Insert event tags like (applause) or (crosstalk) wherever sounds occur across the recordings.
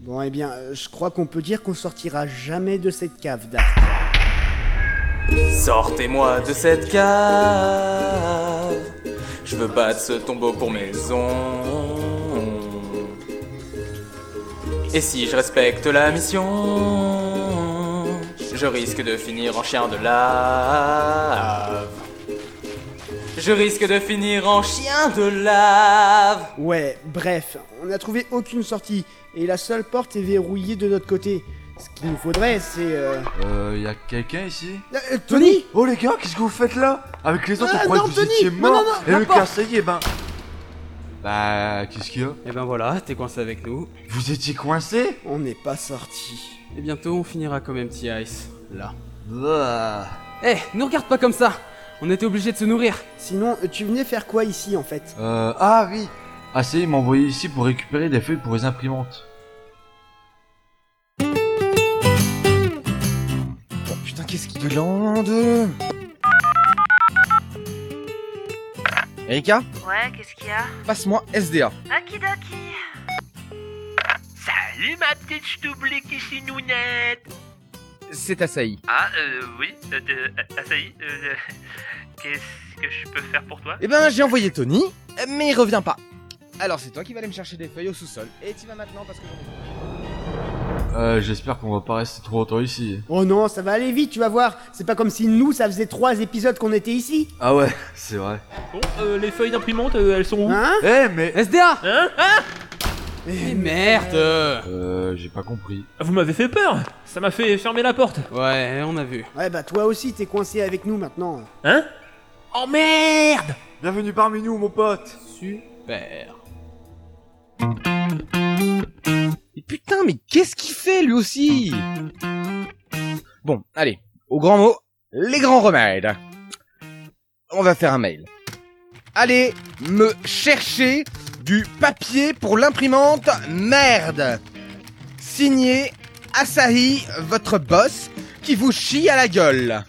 Bon, eh bien, euh, je crois qu'on peut dire qu'on sortira jamais de cette cave, Daft. Sortez-moi de cette cave. Je veux battre ce tombeau pour maison. Et si je respecte la mission, je risque de finir en chien de lave. Je risque de finir en chien de lave. Ouais, bref, on n'a trouvé aucune sortie, et la seule porte est verrouillée de notre côté. Ce qu'il nous faudrait, c'est... euh, Euh, y a quelqu'un ici euh, euh, Tony Oh les gars, qu'est-ce que vous faites là Avec les autres, Ah, on croyait non, que vous Tony étiez Non, mort non, non, Et la le porte. cas, ça y est, ben... Bah, qu'est-ce qu'il y a Et ben voilà, t'es coincé avec nous. Vous étiez coincé On n'est pas sorti. Et bientôt, on finira comme MT Ice. Là. Bah... Eh, nous regarde pas comme ça On était obligés de se nourrir Sinon, euh, tu venais faire quoi ici, en fait Euh, ah oui Ah c'est, il m'a envoyé ici pour récupérer des feuilles pour les imprimantes. Putain, qu'est-ce qu'il demande Erika, Ouais, qu'est-ce qu'il y a passe-moi SDA. Okidoki Salut ma petite ch'toublique ici nounette C'est Asahi. Ah euh oui, euh, de, ah, ça y est, euh, (laughs) qu'est-ce que je peux faire pour toi Eh ben, j'ai envoyé Tony, mais il revient pas. Alors c'est toi qui vas aller me chercher des feuilles au sous-sol. Et tu vas maintenant parce que j'en ai... Euh, j'espère qu'on va pas rester trop longtemps ici. Oh non, ça va aller vite, tu vas voir. C'est pas comme si nous, ça faisait trois épisodes qu'on était ici. Ah ouais, (laughs) c'est vrai. Bon, euh, les feuilles d'imprimante, euh, elles sont où Hein Eh mais... SDA Hein Eh, Mais merde Euh, j'ai pas compris. Vous m'avez fait peur Ça m'a fait fermer la porte Ouais, on a vu. Ouais, bah toi aussi, t'es coincé avec nous maintenant. Hein Oh merde Bienvenue parmi nous, mon pote Super. Mais putain, mais qu'est-ce qu'il fait lui aussi Bon, allez, au grand mot, les grands remèdes. On va faire un mail. Allez, me chercher du papier pour l'imprimante merde. Signé Asahi, votre boss, qui vous chie à la gueule.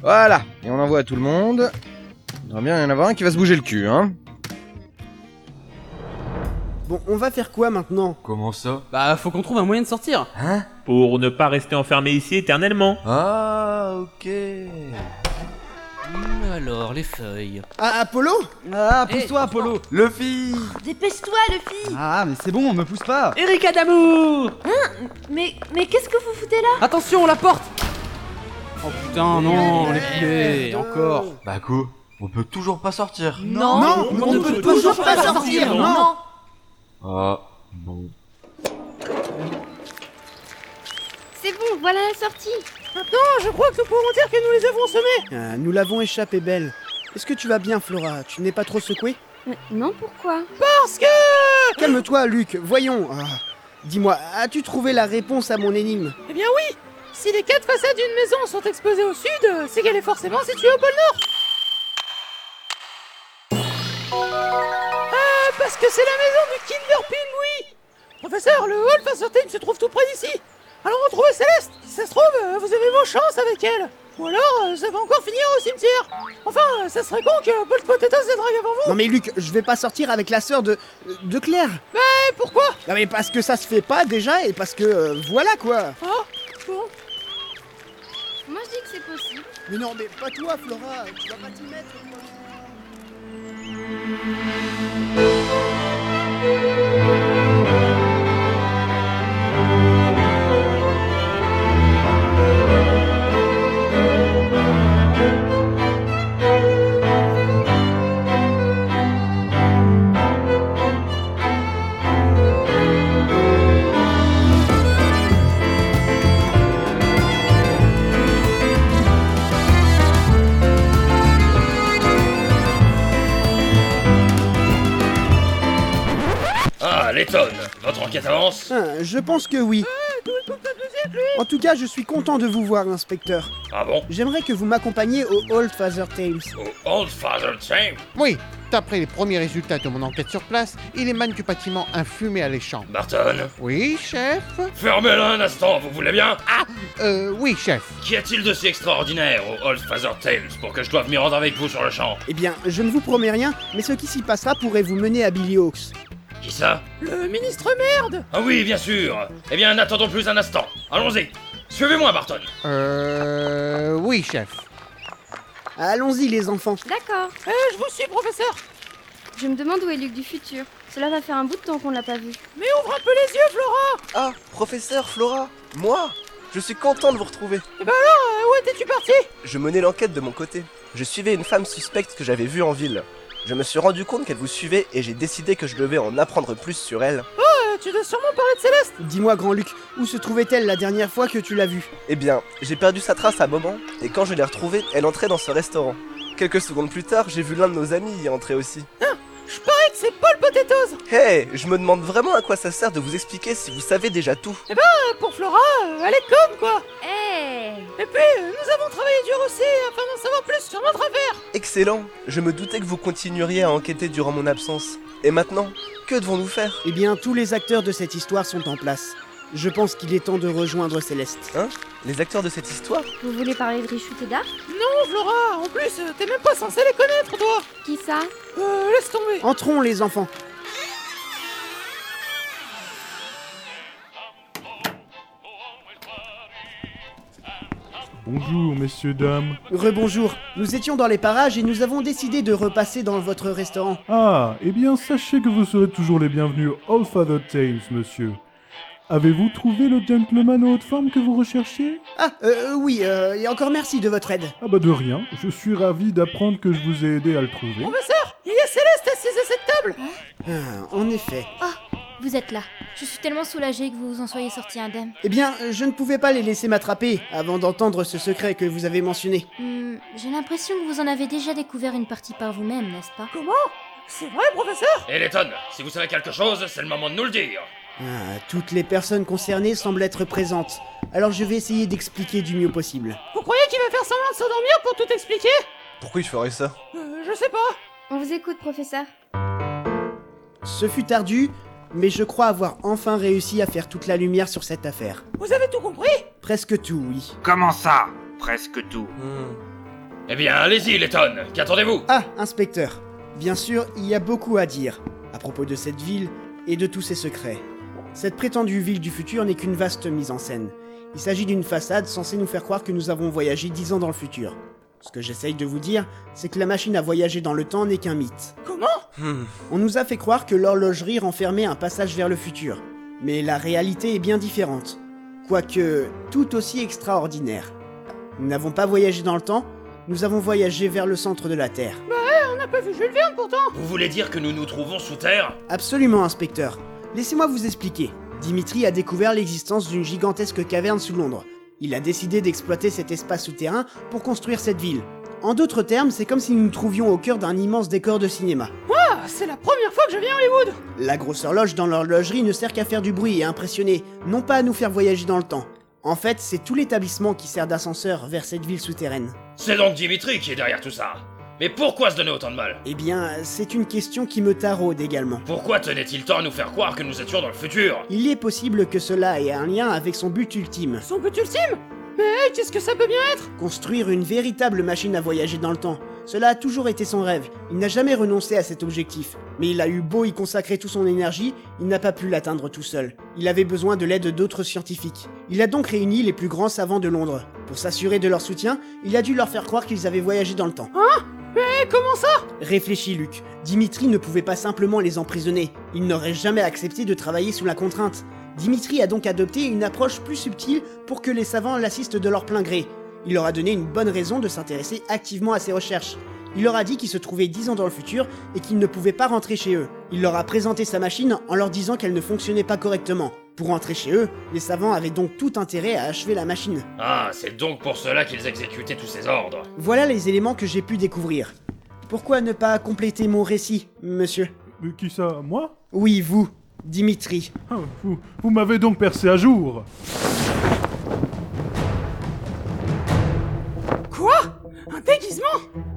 Voilà, et on envoie à tout le monde. Il devrait bien y en avoir un qui va se bouger le cul, hein. Bon, on va faire quoi maintenant Comment ça Bah, faut qu'on trouve un moyen de sortir. Hein Pour ne pas rester enfermé ici éternellement Ah, ok... Alors, les feuilles. Ah, Apollo Ah, pousse-toi, Eh, Apollo Luffy Dépêche-toi, Luffy Ah, mais c'est bon, me pousse pas Erika d'amour Mais, mais qu'est-ce que vous foutez là Attention, la porte Oh putain, non, Eh, les filets, encore Bah quoi On peut toujours pas sortir Non, on ne peut toujours pas sortir, non. Ah, bon... C'est bon, voilà la sortie Ah, Nous l'avons échappé, Belle. Est-ce que tu vas bien, Flora Tu n'es pas trop secouée Mais Non, pourquoi Calme-toi, Luc, voyons. Ah, Dis-moi, as-tu trouvé la réponse à mon énigme Eh Si les quatre façades d'une maison sont exposées au sud, c'est qu'elle est forcément située au pôle Nord Ah, parce que c'est la maison du Kinder Pinguis Professeur, le hall façade se trouve tout près d'ici Allons retrouver Céleste Si ça se trouve, euh, vous avez vos chances avec elle Ou alors, euh, ça va encore finir au cimetière Enfin, euh, ça serait con que Paul Potato se drague avant vous Non mais Luc, je vais pas sortir avec la sœur de... de Claire Mais pourquoi Non mais parce que ça se fait pas déjà, et parce que... euh, voilà quoi Moi je dis que c'est possible. Mais non mais pas toi, Flora, tu vas pas t'y mettre Ah les tonnes Votre enquête avance Ah, Je pense que oui. En tout cas, je suis content de vous voir, inspecteur. Ah bon J'aimerais que vous m'accompagniez au Old Father Tales. Oh, Old Father James Oui, d'après les premiers résultats de mon enquête sur place, il émane du bâtiment un fumé alléchant. Barton Oui, chef Fermez-le un instant, vous voulez bien Euh, oui, chef. Qu'y a-t-il de si extraordinaire au Old Father Tales pour que je doive m'y rendre avec vous sur le champ Eh bien, je ne vous promets rien, mais ce qui s'y passera pourrait vous mener à Billy Hawks. Qui ça Le ministre merde Ah oui, bien sûr Eh bien, n'attendons plus un instant. Allons-y Suivez-moi, Barton Euh. Oui, chef. Allons-y, les enfants. D'accord. je vous suis, professeur. Je me demande où est Luc du futur. Cela va faire un bout de temps qu'on l'a pas vu. Mais ouvre un peu les yeux, Flora Ah, professeur Flora Moi Je suis content de vous retrouver. Eh ben alors, euh, où étais-tu parti Je menais l'enquête de mon côté. Je suivais une femme suspecte que j'avais vue en ville. Je me suis rendu compte qu'elle vous suivait et j'ai décidé que je devais en apprendre plus sur elle. Oh, euh, tu dois sûrement parler de Céleste Dis-moi, grand Luc, où se trouvait-elle la dernière fois que tu l'as vue Eh bien, j'ai perdu sa trace à un moment, et quand je l'ai retrouvée, elle entrait dans ce restaurant. Quelques secondes plus tard, j'ai vu l'un de nos amis y entrer aussi. Ah, Je parie que c'est Paul Potatoes Hey, je me demande vraiment à quoi ça sert de vous expliquer si vous savez déjà tout. Eh ben, euh, pour Flora, euh, elle est comme quoi Hey Et puis, euh, nous avons travaillé dur aussi hein. afin d'en savoir plus sur notre affaire Excellent, je me doutais que vous continueriez à enquêter durant mon absence. Et maintenant, que devons-nous faire Eh bien, tous les acteurs de cette histoire sont en place. Je pense qu'il est temps de rejoindre Céleste. Hein Les acteurs de cette histoire Vous voulez parler de Richut et d'Art Non, Flora, en plus, euh, t'es même pas censé les connaître, toi Qui ça Euh, laisse tomber Entrons, les enfants. Bonjour, messieurs, dames. Rebonjour. Nous étions dans les parages et nous avons décidé de repasser dans votre restaurant. Ah, eh bien, sachez que vous serez toujours les bienvenus All Father Tales, monsieur. Avez-vous trouvé le gentleman en haute forme que vous recherchiez Ah, euh, oui, euh, et encore merci de votre aide. Ah bah de rien, je suis ravi d'apprendre que je vous ai aidé à le trouver. Professeur, il y a Céleste assise à cette table Ah, en effet. Vous êtes là. Je suis tellement soulagée que vous vous en soyez sorti indemne. Eh bien, euh, je ne pouvais pas les laisser m'attraper avant d'entendre ce secret que vous avez mentionné. Hmm, J'ai l'impression que vous en avez déjà découvert une partie par vous-même, n'est-ce pas Comment C'est vrai, professeur Et Letton, si vous savez quelque chose, c'est le moment de nous le dire Ah, toutes les personnes concernées semblent être présentes. Alors je vais essayer d'expliquer du mieux possible. Vous croyez qu'il va faire semblant de s'endormir pour tout expliquer Pourquoi je ferais ça Euh, Je sais pas On vous écoute, professeur. Ce fut tardu, mais je crois avoir enfin réussi à faire toute la lumière sur cette affaire. Vous avez tout compris Presque tout, oui. Comment ça Presque tout. Eh bien, allez-y, Letton Qu'attendez-vous Ah, inspecteur. Bien sûr, il y a beaucoup à dire à propos de cette ville et de tous ses secrets. Cette prétendue ville du futur n'est qu'une vaste mise en scène. Il s'agit d'une façade censée nous faire croire que nous avons voyagé dix ans dans le futur. Ce que j'essaye de vous dire, c'est que la machine à voyager dans le temps n'est qu'un mythe. Comment On nous a fait croire que l'horlogerie renfermait un passage vers le futur. Mais la réalité est bien différente. Quoique tout aussi extraordinaire. Nous n'avons pas voyagé dans le temps, nous avons voyagé vers le centre de la Terre. Bah, ouais, on n'a pas vu Jules Verne pourtant Vous voulez dire que nous nous trouvons sous terre Absolument, inspecteur. Laissez-moi vous expliquer. Dimitri a découvert l'existence d'une gigantesque caverne sous Londres. Il a décidé d'exploiter cet espace souterrain pour construire cette ville. En d'autres termes, c'est comme si nous nous trouvions au cœur d'un immense décor de cinéma. Ah, c'est la première fois que je viens à Hollywood La grosse horloge dans l'horlogerie ne sert qu'à faire du bruit et à impressionner, non pas à nous faire voyager dans le temps. En fait, c'est tout l'établissement qui sert d'ascenseur vers cette ville souterraine. C'est donc Dimitri qui est derrière tout ça Mais pourquoi se donner autant de mal Eh bien, c'est une question qui me taraude également. Pourquoi tenait-il tant à nous faire croire que nous étions dans le futur Il est possible que cela ait un lien avec son but ultime. Son but ultime Mais hey, qu'est-ce que ça peut bien être Construire une véritable machine à voyager dans le temps. Cela a toujours été son rêve. Il n'a jamais renoncé à cet objectif. Mais il a eu beau y consacrer toute son énergie, il n'a pas pu l'atteindre tout seul. Il avait besoin de l'aide d'autres scientifiques. Il a donc réuni les plus grands savants de Londres. Pour s'assurer de leur soutien, il a dû leur faire croire qu'ils avaient voyagé dans le temps. Mais Hein Eh, comment ça Réfléchis, Luc. Dimitri ne pouvait pas simplement les emprisonner. Il n'aurait jamais accepté de travailler sous la contrainte. Dimitri a donc adopté une approche plus subtile pour que les savants l'assistent de leur plein gré. Il leur a donné une bonne raison de s'intéresser activement à ses recherches. Il leur a dit qu'ils se trouvaient 10 ans dans le futur et qu'ils ne pouvaient pas rentrer chez eux. Il leur a présenté sa machine en leur disant qu'elle ne fonctionnait pas correctement. Pour rentrer chez eux, les savants avaient donc tout intérêt à achever la machine. Ah, c'est donc pour cela qu'ils exécutaient tous ces ordres Voilà les éléments que j'ai pu découvrir. Pourquoi ne pas compléter mon récit, monsieur Mais qui ça Moi Oui, vous, Dimitri. Ah, vous, vous m'avez donc percé à jour Quoi Un déguisement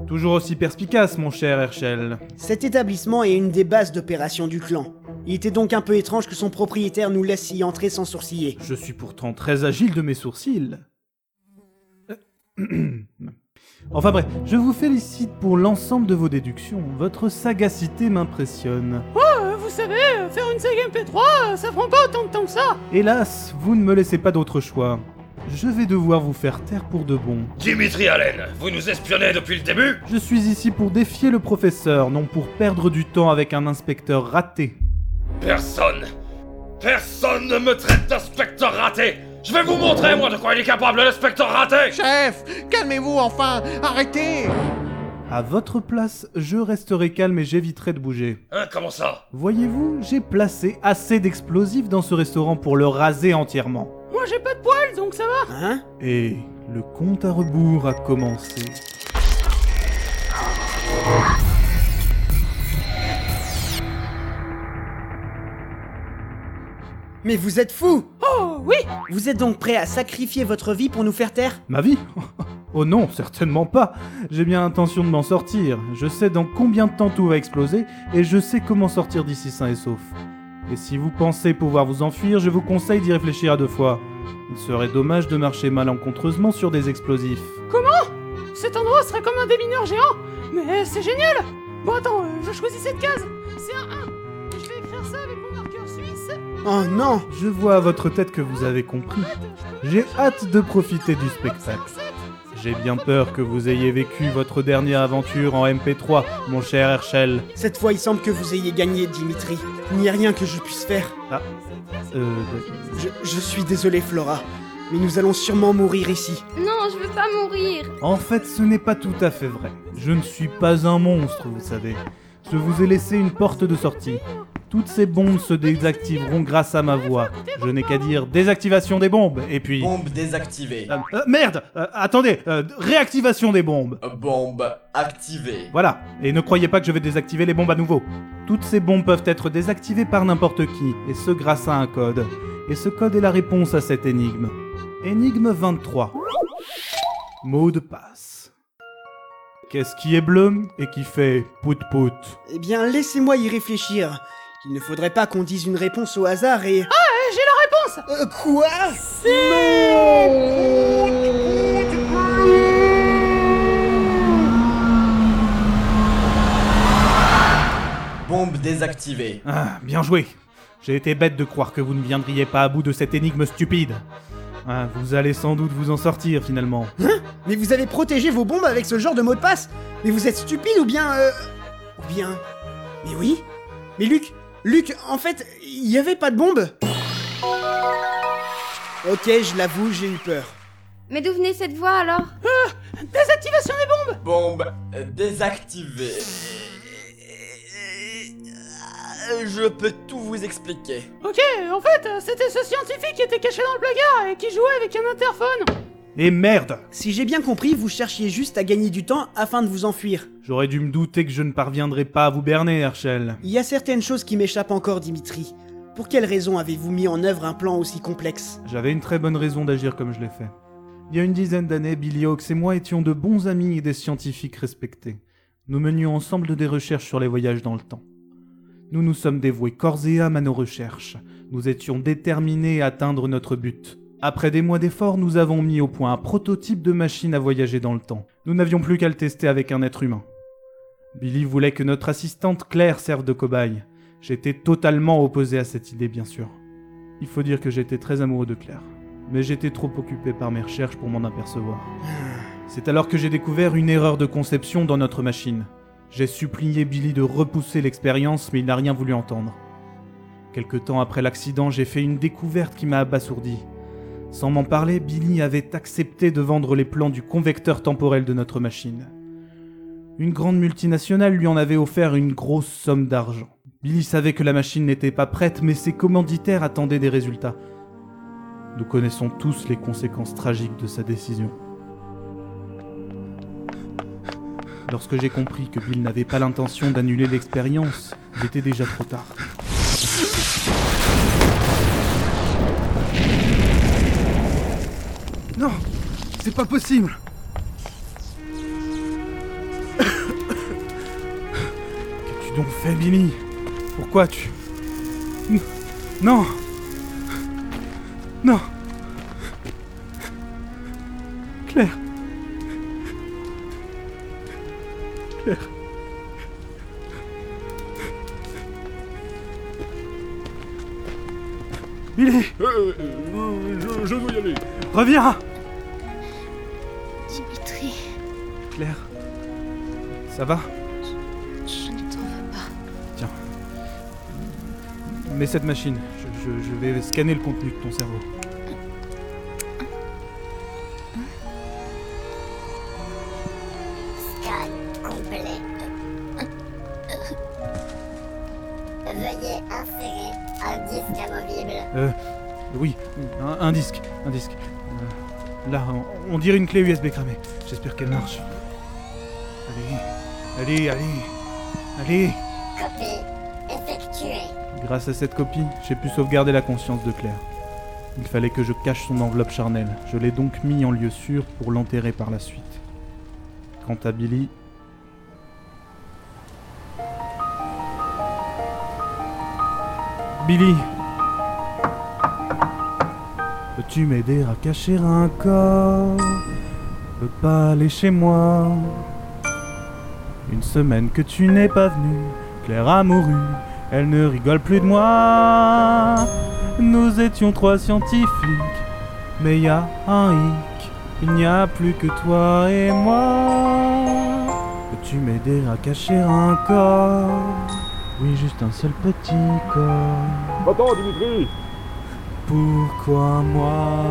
Toujours aussi perspicace, mon cher Herschel. Cet établissement est une des bases d'opération du clan. Il était donc un peu étrange que son propriétaire nous laisse y entrer sans sourciller. Je suis pourtant très agile de mes sourcils. Euh, enfin bref, je vous félicite pour l'ensemble de vos déductions. Votre sagacité m'impressionne. Oh, euh, vous vous savez, euh, faire une saga MP3, euh, ça prend pas autant de temps que ça. Hélas, vous ne me laissez pas d'autre choix. Je vais devoir vous faire taire pour de bon. Dimitri Allen, vous nous espionnez depuis le début Je suis ici pour défier le professeur, non pour perdre du temps avec un inspecteur raté. Personne Personne ne me traite d'inspecteur raté Je vais vous montrer, moi, de quoi il est capable, l'inspecteur raté Chef Calmez-vous enfin Arrêtez À votre place, je resterai calme et j'éviterai de bouger. Hein, comment ça Voyez-vous, j'ai placé assez d'explosifs dans ce restaurant pour le raser entièrement. Moi j'ai pas de poils, donc ça va. Hein Et le compte à rebours a commencé. Mais vous êtes fous Oh oui Vous êtes donc prêt à sacrifier votre vie pour nous faire taire Ma vie Oh non, certainement pas. J'ai bien l'intention de m'en sortir. Je sais dans combien de temps tout va exploser et je sais comment sortir d'ici sain et sauf. Et si vous pensez pouvoir vous enfuir, je vous conseille d'y réfléchir à deux fois. Il serait dommage de marcher malencontreusement sur des explosifs. Comment Cet endroit serait comme un démineur géant Mais c'est génial Bon attends, euh, je choisis cette case. C'est un 1. Et je vais écrire ça avec mon marqueur suisse. Oh non Je vois à votre tête que vous avez compris. J'ai hâte de profiter du spectacle. J'ai bien peur que vous ayez vécu votre dernière aventure en MP3, mon cher Herschel. Cette fois, il semble que vous ayez gagné, Dimitri. Il n'y a rien que je puisse faire. Ah. Euh... Je, je suis désolé, Flora, mais nous allons sûrement mourir ici. Non, je veux pas mourir. En fait, ce n'est pas tout à fait vrai. Je ne suis pas un monstre, vous savez. Je vous ai laissé une porte de sortie. Toutes ces bombes se désactiveront grâce à ma voix. Je n'ai qu'à dire désactivation des bombes, et puis... Bombe désactivée. Euh, euh, merde Euh, Attendez euh, Réactivation des bombes Bombe activée. Voilà, et ne croyez pas que je vais désactiver les bombes à nouveau. Toutes ces bombes peuvent être désactivées par n'importe qui, et ce grâce à un code. Et ce code est la réponse à cette énigme. Énigme 23. Mot de passe. Qu'est-ce qui est bleu et qui fait pout pout Eh bien, laissez-moi y réfléchir. Il ne faudrait pas qu'on dise une réponse au hasard et... Ah, euh, j'ai la réponse Euh, quoi Bombe désactivée. Ah, bien joué. J'ai été bête de croire que vous ne viendriez pas à bout de cette énigme stupide. Ah, vous allez sans doute vous en sortir finalement. Hein Mais vous avez protégé vos bombes avec ce genre de mot de passe Mais vous êtes stupide ou bien... euh, Ou bien... Mais oui Mais Luc Luc, en fait, il n'y avait pas de bombe Ok, je l'avoue, j'ai eu peur. Mais d'où venait cette voix alors Désactivation des bombes Bombe euh, désactivée. euh, Je peux tout vous expliquer. Ok, en fait, euh, c'était ce scientifique qui était caché dans le placard et qui jouait avec un interphone. Et merde Si j'ai bien compris, vous cherchiez juste à gagner du temps afin de vous enfuir. J'aurais dû me douter que je ne parviendrais pas à vous berner, Herschel. Il y a certaines choses qui m'échappent encore, Dimitri. Pour quelle raison avez-vous mis en œuvre un plan aussi complexe J'avais une très bonne raison d'agir comme je l'ai fait. Il y a une dizaine d'années, Billy Hawks et moi étions de bons amis et des scientifiques respectés. Nous menions ensemble des recherches sur les voyages dans le temps. Nous nous sommes dévoués corps et âme à nos recherches. Nous étions déterminés à atteindre notre but. Après des mois d'efforts, nous avons mis au point un prototype de machine à voyager dans le temps. Nous n'avions plus qu'à le tester avec un être humain. Billy voulait que notre assistante Claire serve de cobaye. J'étais totalement opposé à cette idée, bien sûr. Il faut dire que j'étais très amoureux de Claire, mais j'étais trop occupé par mes recherches pour m'en apercevoir. C'est alors que j'ai découvert une erreur de conception dans notre machine. J'ai supplié Billy de repousser l'expérience, mais il n'a rien voulu entendre. Quelque temps après l'accident, j'ai fait une découverte qui m'a abasourdi. Sans m'en parler, Billy avait accepté de vendre les plans du convecteur temporel de notre machine. Une grande multinationale lui en avait offert une grosse somme d'argent. Billy savait que la machine n'était pas prête, mais ses commanditaires attendaient des résultats. Nous connaissons tous les conséquences tragiques de sa décision. Lorsque j'ai compris que Bill n'avait pas l'intention d'annuler l'expérience, il était déjà trop tard. Non C'est pas possible Qu'as-tu donc fait, Billy Pourquoi tu... N- Non Non Claire Claire Il est. je, je dois y aller. Reviens Dimitri, Claire, ça va je ne t'en veux pas. Tiens. Mets cette machine. Je, je- je vais scanner le contenu de ton cerveau. Scan complet. Veuillez insérer un disque amovible. Euh. Oui, un, un disque. Un disque. Euh, là, on- on, dirait une clé USB cramée. J'espère qu'elle marche. Allez, allez, allez. Allez Copie effectuée. Grâce à cette copie, j'ai pu sauvegarder la conscience de Claire. Il fallait que je cache son enveloppe charnelle. Je l'ai donc mis en lieu sûr pour l'enterrer par la suite. Quant à Billy, Billy Peux-tu m'aider à cacher un corps Je peux pas aller chez moi. Une semaine que tu n'es pas venu, Claire a mouru, elle ne rigole plus de moi. Nous étions trois scientifiques, mais y a un hic, il n'y a plus que toi et moi. Peux-tu m'aider à cacher un corps Oui, juste un seul petit corps. Attends, Dimitri Pourquoi moi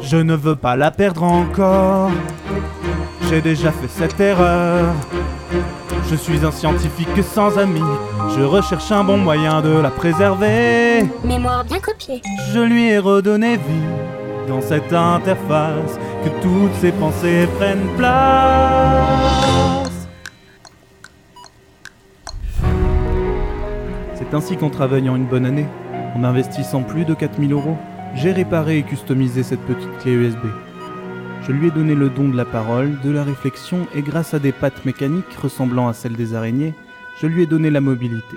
Je ne veux pas la perdre encore. J'ai déjà fait cette erreur. Je suis un scientifique sans amis. Je recherche un bon moyen de la préserver. Mémoire bien copiée. Je lui ai redonné vie dans cette interface. Que toutes ses pensées prennent place. C'est ainsi qu'en travaillant une bonne année, en investissant plus de 4000 euros, j'ai réparé et customisé cette petite clé USB. Je lui ai donné le don de la parole, de la réflexion et grâce à des pattes mécaniques ressemblant à celles des araignées, je lui ai donné la mobilité.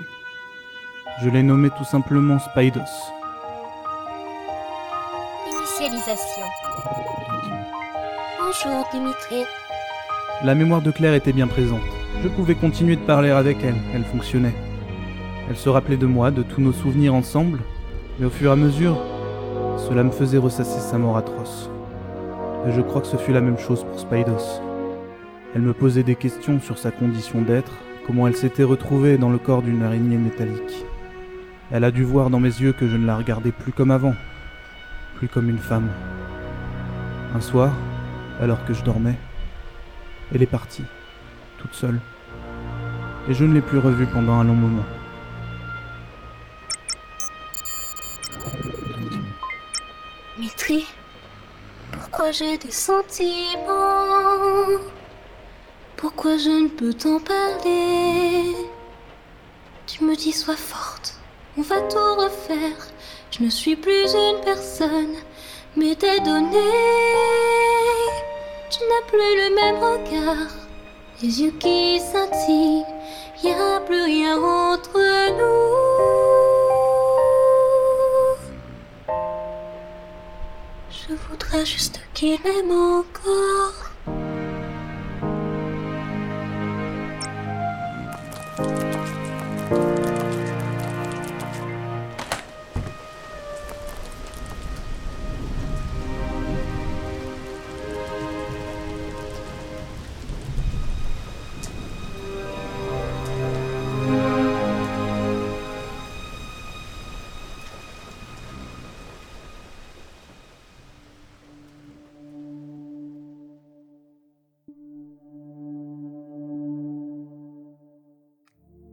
Je l'ai nommé tout simplement Spydos. Initialisation. Bonjour Dimitri. La mémoire de Claire était bien présente. Je pouvais continuer de parler avec elle, elle fonctionnait. Elle se rappelait de moi, de tous nos souvenirs ensemble, mais au fur et à mesure, cela me faisait ressasser sa mort atroce. Et je crois que ce fut la même chose pour Spydos. Elle me posait des questions sur sa condition d'être, comment elle s'était retrouvée dans le corps d'une araignée métallique. Elle a dû voir dans mes yeux que je ne la regardais plus comme avant, plus comme une femme. Un soir, alors que je dormais, elle est partie, toute seule. Et je ne l'ai plus revue pendant un long moment. Dimitri. Pourquoi j'ai des sentiments Pourquoi je ne peux t'en parler Tu me dis sois forte, on va tout refaire. Je ne suis plus une personne, mais t'es donné. Tu n'as plus le même regard, les yeux qui scintillent. Y a plus rien entre nous. Je voudrais juste qu'il m'aime encore.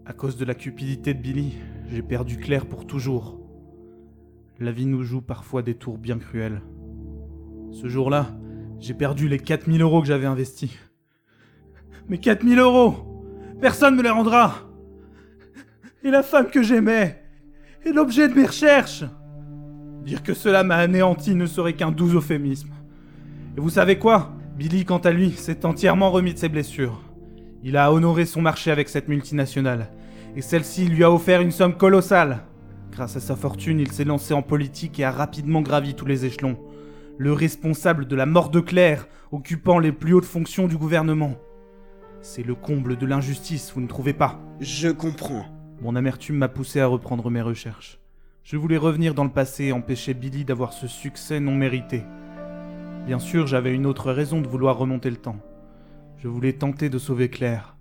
À cause de la cupidité de Billy, j'ai perdu Claire pour toujours. La vie nous joue parfois des tours bien cruels. Ce jour-là, j'ai perdu les 4000 euros que j'avais investis. Mes 4000 euros Personne me les rendra Et la femme que j'aimais Et l'objet de mes recherches Dire que cela m'a anéanti ne serait qu'un doux euphémisme. Et vous savez quoi Billy, quant à lui, s'est entièrement remis de ses blessures. Il a honoré son marché avec cette multinationale, et celle-ci lui a offert une somme colossale. Grâce à sa fortune, il s'est lancé en politique et a rapidement gravi tous les échelons. Le responsable de la mort de Claire, occupant les plus hautes fonctions du gouvernement. C'est le comble de l'injustice, vous ne trouvez pas Je comprends. Mon amertume m'a poussé à reprendre mes recherches. Je voulais revenir dans le passé et empêcher Billy d'avoir ce succès non mérité. Bien sûr, j'avais une autre raison de vouloir remonter le temps. Je voulais tenter de sauver Claire.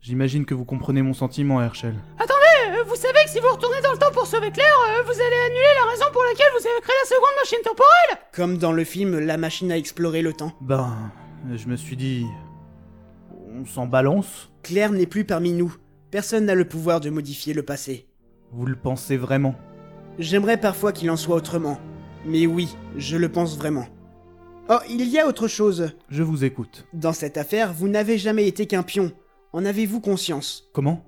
J'imagine que vous comprenez mon sentiment, Herschel. Attendez, euh, vous savez que si vous retournez dans le temps pour sauver Claire, euh, vous allez annuler la raison pour laquelle vous avez créé la seconde machine temporelle Comme dans le film La machine à explorer le temps. Ben, je me suis dit... On s'en balance Claire n'est plus parmi nous. Personne n'a le pouvoir de modifier le passé. Vous le pensez vraiment J'aimerais parfois qu'il en soit autrement. Mais oui, je le pense vraiment. Oh, il y a autre chose. Je vous écoute. Dans cette affaire, vous n'avez jamais été qu'un pion. En avez-vous conscience Comment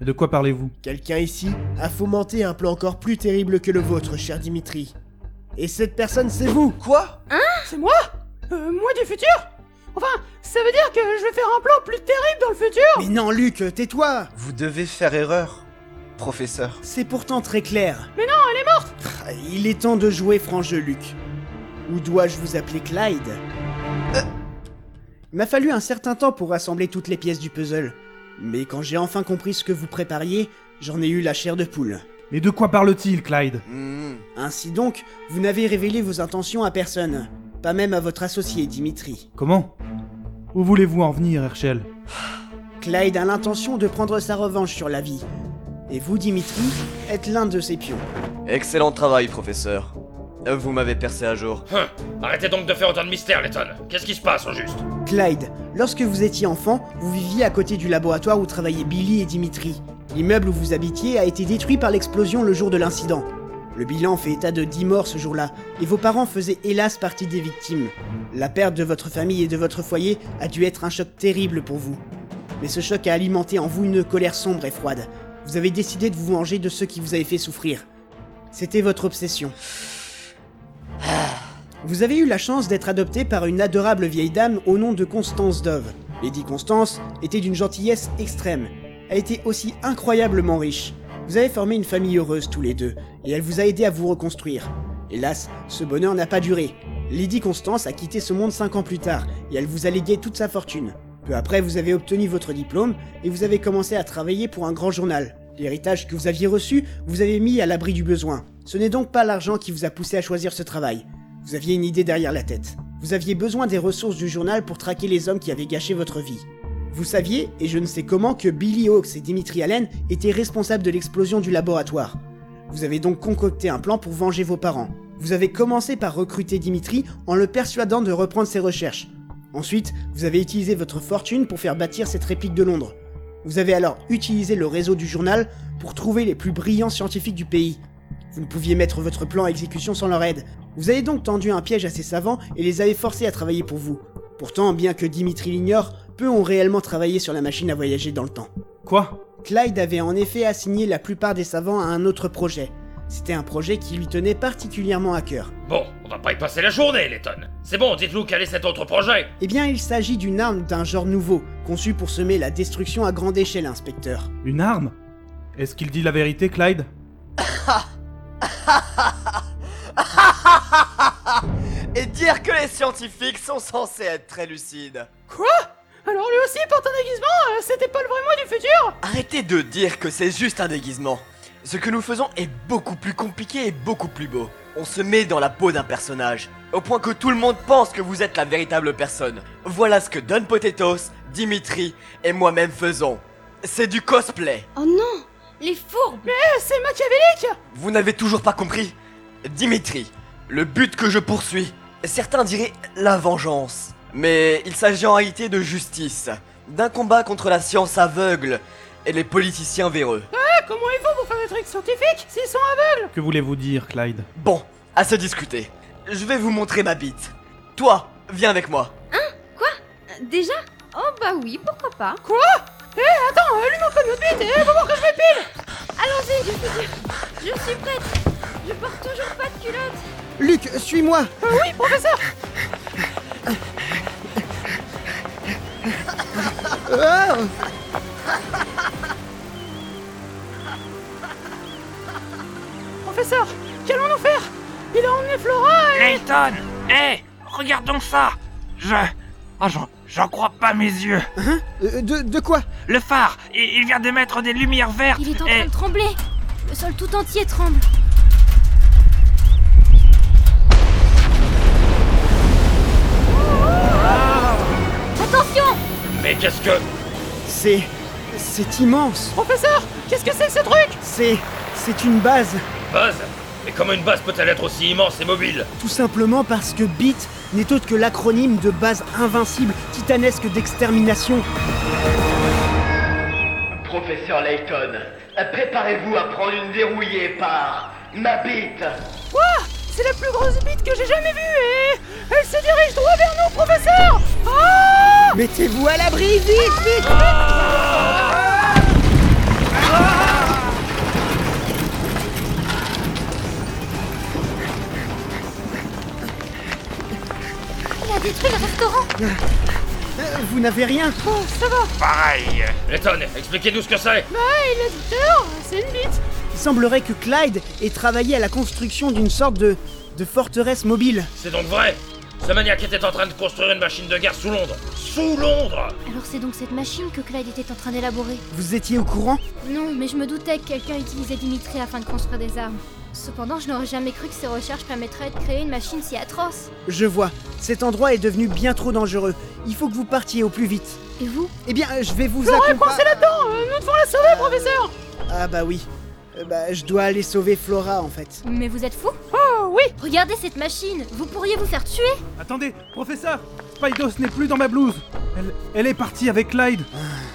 De quoi parlez-vous Quelqu'un ici a fomenté un plan encore plus terrible que le vôtre, cher Dimitri. Et cette personne, c'est vous Quoi Hein C'est moi Euh, Moi du futur Enfin, ça veut dire que je vais faire un plan plus terrible dans le futur Mais non, Luc, tais-toi Vous devez faire erreur, professeur. C'est pourtant très clair. Mais non, elle est morte Il est temps de jouer franc jeu, Luc. Ou dois-je vous appeler Clyde euh... Il m'a fallu un certain temps pour rassembler toutes les pièces du puzzle. Mais quand j'ai enfin compris ce que vous prépariez, j'en ai eu la chair de poule. Mais de quoi parle-t-il, Clyde mmh. Ainsi donc, vous n'avez révélé vos intentions à personne. Pas même à votre associé, Dimitri. Comment Où voulez-vous en venir, Herschel Clyde a l'intention de prendre sa revanche sur la vie. Et vous, Dimitri, êtes l'un de ses pions. Excellent travail, professeur. Vous m'avez percé à jour. Hum, arrêtez donc de faire autant de mystères, Letton. Qu'est-ce qui se passe au juste Clyde, lorsque vous étiez enfant, vous viviez à côté du laboratoire où travaillaient Billy et Dimitri. L'immeuble où vous habitiez a été détruit par l'explosion le jour de l'incident. Le bilan fait état de 10 morts ce jour-là, et vos parents faisaient hélas partie des victimes. La perte de votre famille et de votre foyer a dû être un choc terrible pour vous. Mais ce choc a alimenté en vous une colère sombre et froide. Vous avez décidé de vous venger de ceux qui vous avaient fait souffrir. C'était votre obsession. Vous avez eu la chance d'être adopté par une adorable vieille dame au nom de Constance Dove. Lady Constance était d'une gentillesse extrême. Elle était aussi incroyablement riche. Vous avez formé une famille heureuse tous les deux, et elle vous a aidé à vous reconstruire. Hélas, ce bonheur n'a pas duré. Lady Constance a quitté ce monde 5 ans plus tard, et elle vous a légué toute sa fortune. Peu après, vous avez obtenu votre diplôme, et vous avez commencé à travailler pour un grand journal. L'héritage que vous aviez reçu, vous avez mis à l'abri du besoin. Ce n'est donc pas l'argent qui vous a poussé à choisir ce travail. Vous aviez une idée derrière la tête. Vous aviez besoin des ressources du journal pour traquer les hommes qui avaient gâché votre vie. Vous saviez, et je ne sais comment, que Billy Hawks et Dimitri Allen étaient responsables de l'explosion du laboratoire. Vous avez donc concocté un plan pour venger vos parents. Vous avez commencé par recruter Dimitri en le persuadant de reprendre ses recherches. Ensuite, vous avez utilisé votre fortune pour faire bâtir cette réplique de Londres. Vous avez alors utilisé le réseau du journal pour trouver les plus brillants scientifiques du pays. Vous ne pouviez mettre votre plan à exécution sans leur aide. Vous avez donc tendu un piège à ces savants et les avez forcés à travailler pour vous. Pourtant, bien que Dimitri l'ignore, peu ont réellement travaillé sur la machine à voyager dans le temps. Quoi Clyde avait en effet assigné la plupart des savants à un autre projet. C'était un projet qui lui tenait particulièrement à cœur. Bon, on va pas y passer la journée, Letton. C'est bon, dites-nous quel est cet autre projet. Eh bien, il s'agit d'une arme d'un genre nouveau, conçue pour semer la destruction à grande échelle, inspecteur. Une arme Est-ce qu'il dit la vérité, Clyde Et dire que les scientifiques sont censés être très lucides. Quoi Alors lui aussi porte un déguisement euh, C'était pas le vrai moi du futur Arrêtez de dire que c'est juste un déguisement. Ce que nous faisons est beaucoup plus compliqué et beaucoup plus beau. On se met dans la peau d'un personnage, au point que tout le monde pense que vous êtes la véritable personne. Voilà ce que Don Potatoes, Dimitri et moi-même faisons. C'est du cosplay. Oh non les fourbes Mais c'est machiavélique Vous n'avez toujours pas compris Dimitri, le but que je poursuis, certains diraient la vengeance. Mais il s'agit en réalité de justice, d'un combat contre la science aveugle et les politiciens véreux. Ah, comment ils font pour faire des trucs scientifiques s'ils sont aveugles Que voulez-vous dire, Clyde Bon, à se discuter. Je vais vous montrer ma bite. Toi, viens avec moi. Hein Quoi Déjà Oh bah oui, pourquoi pas. Quoi Hé, hey, attends, allume comme notre bite et faut voir que je m'épile Allons-y, je peux dire. Je suis prête. Je porte toujours pas de culotte. Luc, suis-moi euh, Oui, professeur oh professeur Qu'allons-nous faire Il a emmené Flora et... Layton Hé Regarde donc ça Je... Ah, j'en... J'en crois pas mes yeux Euh, de, quoi Le phare il, il vient d'émettre des lumières vertes Il est en Eh. train de trembler Le sol tout entier tremble Ah. Attention Mais qu'est-ce que. C'est. C'est immense Professeur Qu'est-ce que c'est que ce truc C'est. C'est une base Base Mais comment une base peut-elle être aussi immense et mobile Tout simplement parce que BIT n'est autre que l'acronyme de base invincible, titanesque d'extermination. Professeur Layton, préparez-vous à prendre une verrouillée par ma bite. Quoi C'est la plus grosse bite que j'ai jamais vue et... Elle se dirige droit vers nous, professeur Ah Mettez-vous à l'abri, vite, vite, Il a détruit le restaurant Vous n'avez rien Bon, ça va Pareil Letton, expliquez-nous ce que c'est Bah, il est dehors C'est une bite Il semblerait que Clyde ait travaillé à la construction d'une sorte de. de forteresse mobile. C'est donc vrai Ce maniaque était en train de construire une machine de guerre sous Londres Sous Londres Alors c'est donc cette machine que Clyde était en train d'élaborer Vous étiez au courant Non, mais je me doutais que quelqu'un utilisait Dimitri afin de construire des armes. Cependant, je n'aurais jamais cru que ses recherches permettraient de créer une machine si atroce. Je vois. Cet endroit est devenu bien trop dangereux. Il faut que vous partiez au plus vite. Et vous Eh bien, euh, je vais vous Flora est accompagner. coincée là-dedans Euh, Nous devons la sauver, professeur Ah bah oui. Euh, bah, je dois aller sauver Flora en fait. Mais vous êtes fou Oh, oui Regardez cette machine Vous pourriez vous faire tuer Attendez, professeur Spidos n'est plus dans ma blouse elle, elle est partie avec Clyde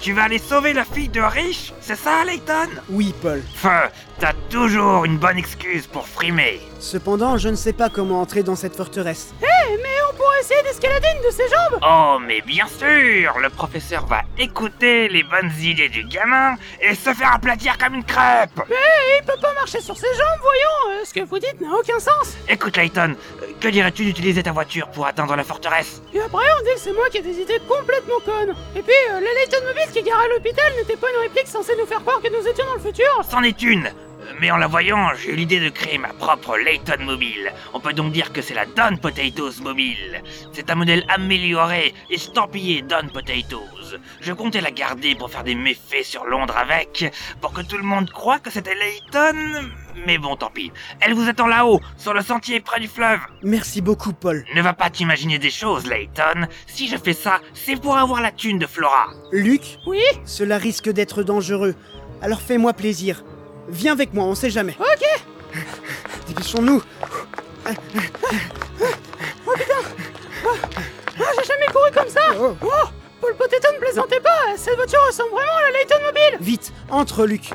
Tu vas aller sauver la fille de Rich C'est ça, Layton Oui, Paul. Enfin, t'as toujours une bonne excuse pour frimer. Cependant, je ne sais pas comment entrer dans cette forteresse. Hé, mais on pourrait essayer d'escalader une de ses jambes Oh, mais bien sûr Le professeur va écouter les bonnes idées du gamin et se faire aplatir comme une crêpe Mais il peut pas marcher sur ses jambes, voyons Euh, Ce que vous dites n'a aucun sens Écoute, Layton, euh, que dirais-tu d'utiliser ta voiture pour atteindre la forteresse Et après, on dit que c'est moi qui ai des idées complètement connes Et puis, euh, le Layton Mobile qui garait à l'hôpital n'était pas une réplique censée nous faire croire que nous étions dans le futur C'en est une Euh, Mais en la voyant, j'ai eu l'idée de créer ma propre Layton Mobile. On peut donc dire que c'est la Don Potatoes Mobile. C'est un modèle amélioré, estampillé Don Potatoes. Je comptais la garder pour faire des méfaits sur Londres avec, pour que tout le monde croit que c'était Layton... Mais bon, tant pis. Elle vous attend là-haut, sur le sentier près du fleuve. Merci beaucoup, Paul. Ne va pas t'imaginer des choses, Layton. Si je fais ça, c'est pour avoir la thune de Flora. Luc Oui Cela risque d'être dangereux. Alors fais-moi plaisir. Viens avec moi, on sait jamais. Ok (laughs) Dépêchons-nous. Ah, j'ai jamais couru comme ça Oh Paul Potato ne plaisantait pas euh, Cette voiture ressemble vraiment à la Layton Mobile Vite, entre, Luc.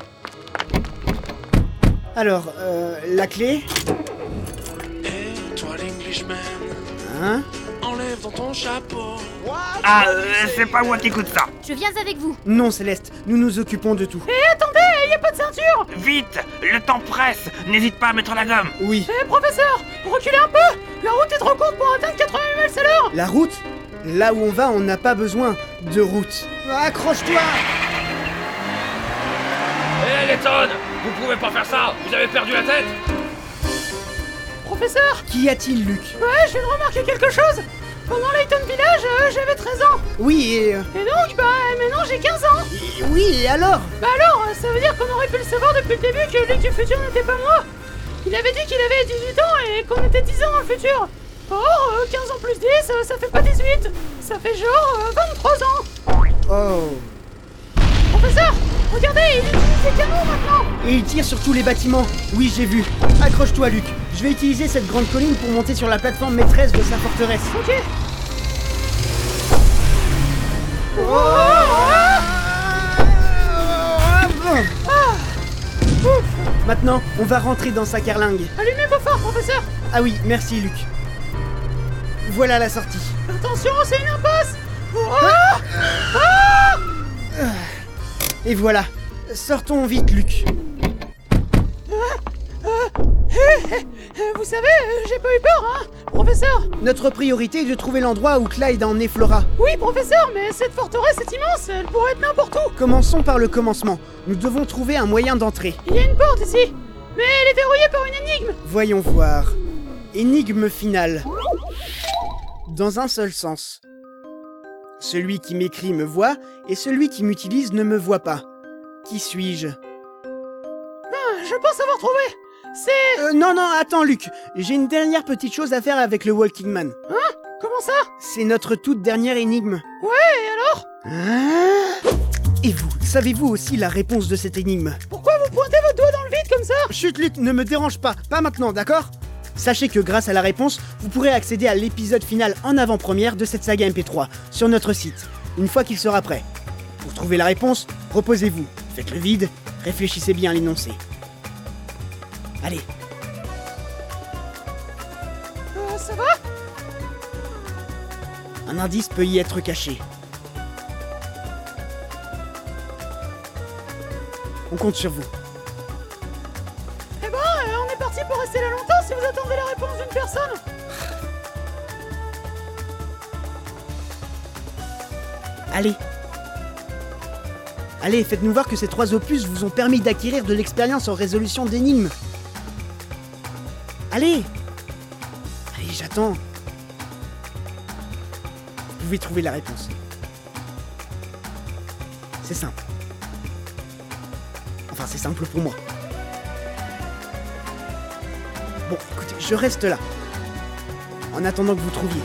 Alors, euh, la clé Toi, l'Englishman, Hein enlève dans ton chapeau. Ah, euh, c'est pas moi qui écoute ça. Je viens avec vous Non, Céleste, nous nous occupons de tout. Et attendez, y a pas de ceinture Vite, le temps presse. N'hésite pas à mettre la gomme. Oui. Eh professeur Reculez un peu La route est trop courte pour atteindre 80 miles à l'heure La route Là où on va, on n'a pas besoin de route. Accroche-toi Hé, Eh, Letton Vous pouvez pas faire ça Vous avez perdu la tête Professeur Qu'y a-t-il, Luc Ouais, je viens de remarquer quelque chose Pendant Layton Village, euh, j'avais 13 ans Oui, et... euh, Et donc, bah, maintenant j'ai 15 ans et- Oui, et alors Bah alors, euh, ça veut dire qu'on aurait pu le savoir depuis le début que Luc du futur n'était pas moi Il avait dit qu'il avait 18 ans et qu'on était 10 ans dans le futur Or, euh, 15 ans plus 10, euh, ça fait pas 18 Ça fait genre euh, 23 ans Oh... Professeur Regardez, il utilise des canons maintenant Et il tire sur tous les bâtiments Oui, j'ai vu. Accroche-toi, Luc. Je vais utiliser cette grande colline pour monter sur la plateforme maîtresse de sa forteresse. Ok Ah. Maintenant, on va rentrer dans sa carlingue. Allumez vos phares, professeur Ah oui, merci, Luc. Voilà la sortie. Ah. Attention, c'est une impasse Ah. Et voilà. Sortons vite, Luc. Euh, Vous savez, euh, j'ai pas eu peur, hein Professeur Notre priorité est de trouver l'endroit où Clyde a emmené Flora. Oui, professeur, mais cette forteresse est immense, elle pourrait être n'importe où Commençons par le commencement. Nous devons trouver un moyen d'entrer. Il y a une porte ici Mais elle est verrouillée par une énigme Voyons voir. Énigme finale. Dans un seul sens. Celui qui m'écrit me voit et celui qui m'utilise ne me voit pas. Qui suis-je Ah, Je pense avoir trouvé C'est... Euh, non, non, attends, Luc. J'ai une dernière petite chose à faire avec le Walking Man. Hein Comment ça C'est notre toute dernière énigme. Hein Ouais, et alors Et vous, savez-vous aussi la réponse de cette énigme Pourquoi vous pointez votre doigt dans le vide comme ça Chut, Luc, ne me dérange pas, pas maintenant, d'accord Sachez que grâce à la réponse, vous pourrez accéder à l'épisode final en avant-première de cette saga MP3 sur notre site, une fois qu'il sera prêt. Pour trouver la réponse, reposez-vous, faites le vide, réfléchissez bien à l'énoncé. Allez, Euh, Ça va un indice peut y être caché. On compte sur vous. Eh ben, euh, on est parti pour rester là longtemps si vous attendez la réponse d'une personne Allez Allez, faites-nous voir que ces trois opus vous ont permis d'acquérir de l'expérience en résolution d'énigmes. Allez Allez, j'attends. Vous pouvez trouver la réponse. C'est simple. Enfin, c'est simple pour moi. Bon, écoutez, je reste là. En attendant que vous trouviez.